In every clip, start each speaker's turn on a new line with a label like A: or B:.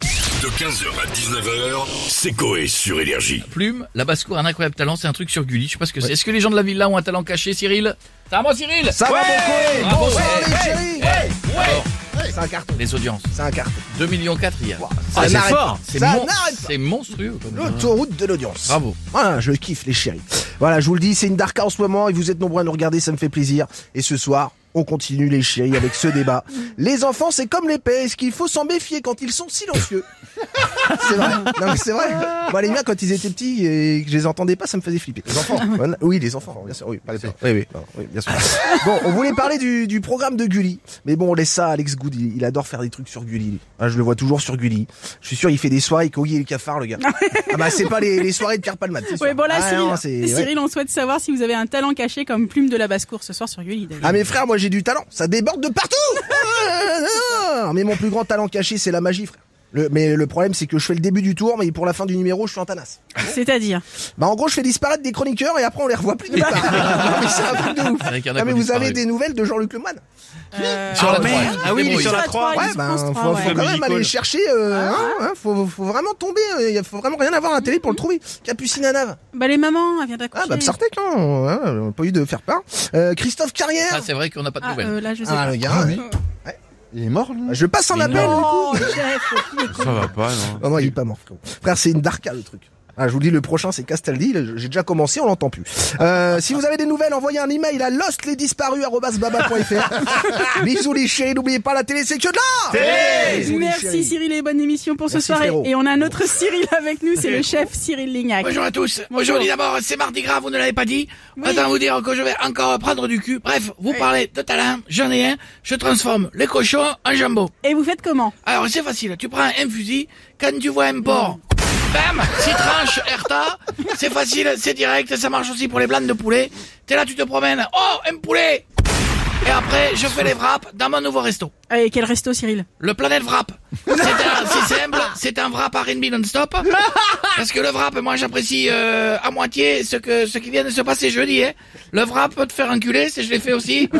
A: De 15h à 19h, c'est Coé sur Énergie.
B: Plume, la basse-cour, un incroyable talent, c'est un truc sur Gulli. Je sais pas ce que c'est. Est-ce que les gens de la villa ont un talent caché, Cyril Ça va, Cyril
C: Ça va beaucoup
B: Bravo,
C: Bonsoir
B: ouais,
C: les
B: ouais,
C: chéris
B: Alors,
C: C'est un carton,
B: Les audiences.
C: c'est un carton.
B: 2 millions 4 hier.
D: Ah,
C: Ça
E: c'est
C: n'arrête
E: fort.
C: pas.
B: C'est
C: Ça
B: mon-
C: n'arrête pas.
B: C'est monstrueux. comme-
C: L'autoroute de l'audience.
B: Bravo.
C: Voilà, je kiffe les chéris. Voilà, je vous le dis, c'est une darka en ce moment et vous êtes nombreux à nous regarder, ça me fait plaisir. Et ce soir, on continue les chéris avec ce débat. Les enfants, c'est comme les pèses qu'il faut s'en méfier quand ils sont silencieux. C'est vrai. Non, mais c'est vrai. Moi, les miens, quand ils étaient petits et que je les entendais pas, ça me faisait flipper. Les enfants Oui, les enfants, bien sûr. Oui, pas les parents. Oui, oui, non, oui, bien sûr. Bon, on voulait parler du, du programme de Gulli. Mais bon, on laisse ça à Alex Good. Il, il adore faire des trucs sur Gulli. Hein, je le vois toujours sur Gulli. Je suis sûr, il fait des soirées avec Oggy et le cafard, le gars. ah bah, c'est pas les, les soirées de Pierre Palmade. c'est sûr.
F: Ouais, bon là,
C: Ah,
F: Cyril,
C: non, c'est- ouais.
F: Cyril, on souhaite savoir si vous avez un talent caché comme plume de la basse-cour ce soir sur Gulli. d'ailleurs.
C: Ah mes frères, moi j'ai du talent, ça déborde de partout. Ah, mais mon plus grand talent caché, c'est la magie, frère. Le- mais le problème, c'est que je fais le début du tour, mais pour la fin du numéro, je suis en tanas.
F: C'est-à-dire
C: Bah en gros, je fais disparaître des chroniqueurs et après on les revoit plus nulle part. Non, mais c'est un truc de ouf.
B: C'est vrai qu'il y en a
C: Non, mais
B: qui ont
C: vous avez
B: disparu.
C: des nouvelles de Jean-Luc Lemoine
F: euh,
B: Sur la
E: Ah, merde.
B: droite.
E: Ah oui, il est
B: Débrouille.
E: sur la
F: Sur la
E: 3.
F: trois,
C: Ouais,
F: il se
C: ben
F: pense
C: faut,
F: pas,
C: faut
F: ouais.
C: quand même
E: Family
C: aller
E: Call.
C: le chercher. euh, hein, hein, faut, faut vraiment tomber. hein, Il faut vraiment rien avoir à la télé pour le trouver. Capucine à Nave.
F: Bah les mamans, elle vient
C: Ah
F: d'accoucher.
C: bah Psartec, hein, on hein, on a pas eu de faire part. Euh, Christophe Carrière.
B: Ah, c'est vrai qu'on n'a pas de
F: Ah,
B: nouvelles.
F: euh, là, je sais
C: Ah,
F: pas.
C: le gars, ouais.
E: Il est mort, lui
C: Je passe en
B: Mais
C: appel. du coup.
F: Oh, chef, il est con.
E: Ça va pas, non
C: Non, non, il est pas mort, frérot. Frère, c'est une darka, le truc. Ah, je vous le dis, le prochain, c'est Castaldi. Là, J'ai déjà commencé, on l'entend plus. Euh, si vous avez des nouvelles, envoyez un email à lostlesdisparus.baba.fr. Bisous les chéris, n'oubliez pas la télé, c'est que de là Bisous, les
F: Merci
C: chéris.
F: Cyril et bonne émission pour ce
C: Merci,
F: soir. Et-
C: frérot.
F: Et on a un autre Cyril avec nous, c'est le chef Cyril Lignac.
D: Bonjour à tous.
F: Bonjour.
D: Aujourd'hui d'abord, c'est mardi gras, vous ne l'avez pas dit. Autant vous dire que je vais encore prendre du cul. Bref, vous parlez de talent, j'en ai un. Je transforme les cochons en jambon.
F: Et vous faites comment
D: Alors c'est facile, tu prends un fusil, quand tu vois un porc, bam, s'y tranche, Erta. C'est facile, c'est direct, ça marche aussi pour les blancs de poulet. T'es là, tu te promènes, oh, un poulet Et après, je fais les wraps dans mon nouveau resto.
F: Et quel resto Cyril
D: Le planète wrap. C'est un- c'est simple, c'est un wrap R&B non-stop. Parce que le wrap, moi j'apprécie euh, à moitié ce que ce qui vient de se passer jeudi. Hein. Le wrap peut te faire enculer, c'est je l'ai fait aussi.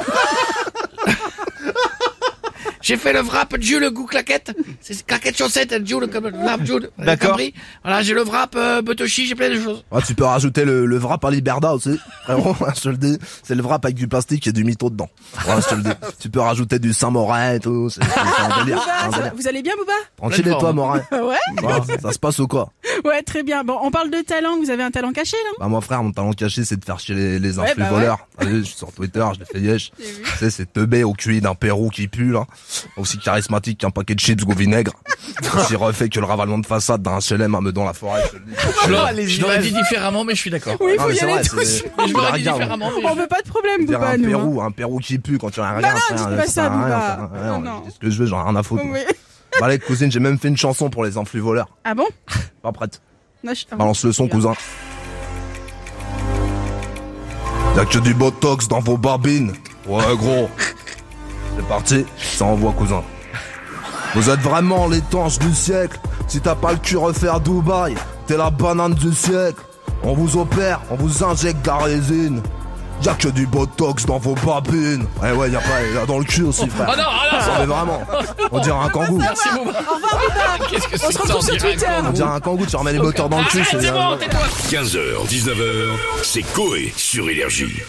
D: J'ai fait le wrap Jules goût claquette. C'est claquette chaussette, Jules comme wrap Jules. Vous avez
E: D'accord.
D: compris Voilà, j'ai le wrap euh, buttoshi, j'ai plein de choses.
C: Ah, tu peux rajouter le, le wrap à Liberda aussi. Vraiment, je te le dis, c'est le wrap avec du plastique et du mytho dedans. Ouais, je te le dis. Tu peux rajouter du Saint-Morin et tout. C'est c'est un délire. c'est
F: Bouba,
C: un
F: ça-
C: délire.
F: Vous allez bien Bouba
C: Tranquille et toi,
B: forme.
C: Morin.
F: Ouais,
C: Voilà, ça se passe ou quoi
F: ouais, très bien. Bon, on parle de talent, vous avez un talent caché là
C: Bah moi frère, mon talent caché c'est de faire chier les, les
F: Ouais,
C: influx
F: bah ouais.
C: voleurs. Vous savez, je suis sur Twitter, je les fais yesh. Tu sais, c'est teubé au cul d'un Pérou qui pue là. Aussi charismatique qu'un paquet de chips au vinaigre. J'y refait que le ravalement de façade d'un HLM à me dans la forêt. je te le dis.
F: Ah, Oh
B: Je l'aurais- Je l'aurais dit différemment, mais je suis d'accord.
F: Oui,
C: Non,
F: faut
C: mais
F: y
C: c'est
F: aller
C: vrai,
F: doucement.
C: c'est-
B: Je l'aurais dit
C: Regarde,
B: différemment, mais
F: On veut pas de problème
C: Dire
F: Bouba,
C: un
F: nous. hein. Bah
C: Pérou, un Pérou qui pue quand tu la regardes.
F: non,
C: frère,
F: dites pas ça,
C: sert à rien,
F: Bouba.
C: ça sert à rien.
F: Non, non.
C: Je dis ce que je veux, j'en ai rien à foutre. moi.
F: Oui.
C: Bah allez cousine, j'ai même fait une chanson pour les influx voleurs.
F: Ah bon
C: Pas prête.
F: Non, je-
C: Balance le son,
F: Bien.
C: cousin. Y'a que du botox dans vos barbines. Ouais, gros. C'est parti, ça envoie, cousin. Vous êtes vraiment l'étanche du siècle. Si t'as pas le cul refaire Dubaï, t'es la banane du siècle. On vous opère, on vous injecte de la résine. Y'a que du botox dans vos barbines. Eh ouais, y'a pas, y a dans le cul aussi, frère.
B: Ah non, ah
C: Ça, mais vraiment. On dirait un kangou.
B: non, merci beaucoup. Qu'est-ce que c'est
F: On se
B: que ça,
F: retrouve sur
B: dirait un
F: Twitter.
B: con.
C: On dirait un kangou, tu remets les moteurs dans le cul.
B: Arrête, c'est bon, tais-toi.
A: 15h, 19h, c'est Coé sur Énergie.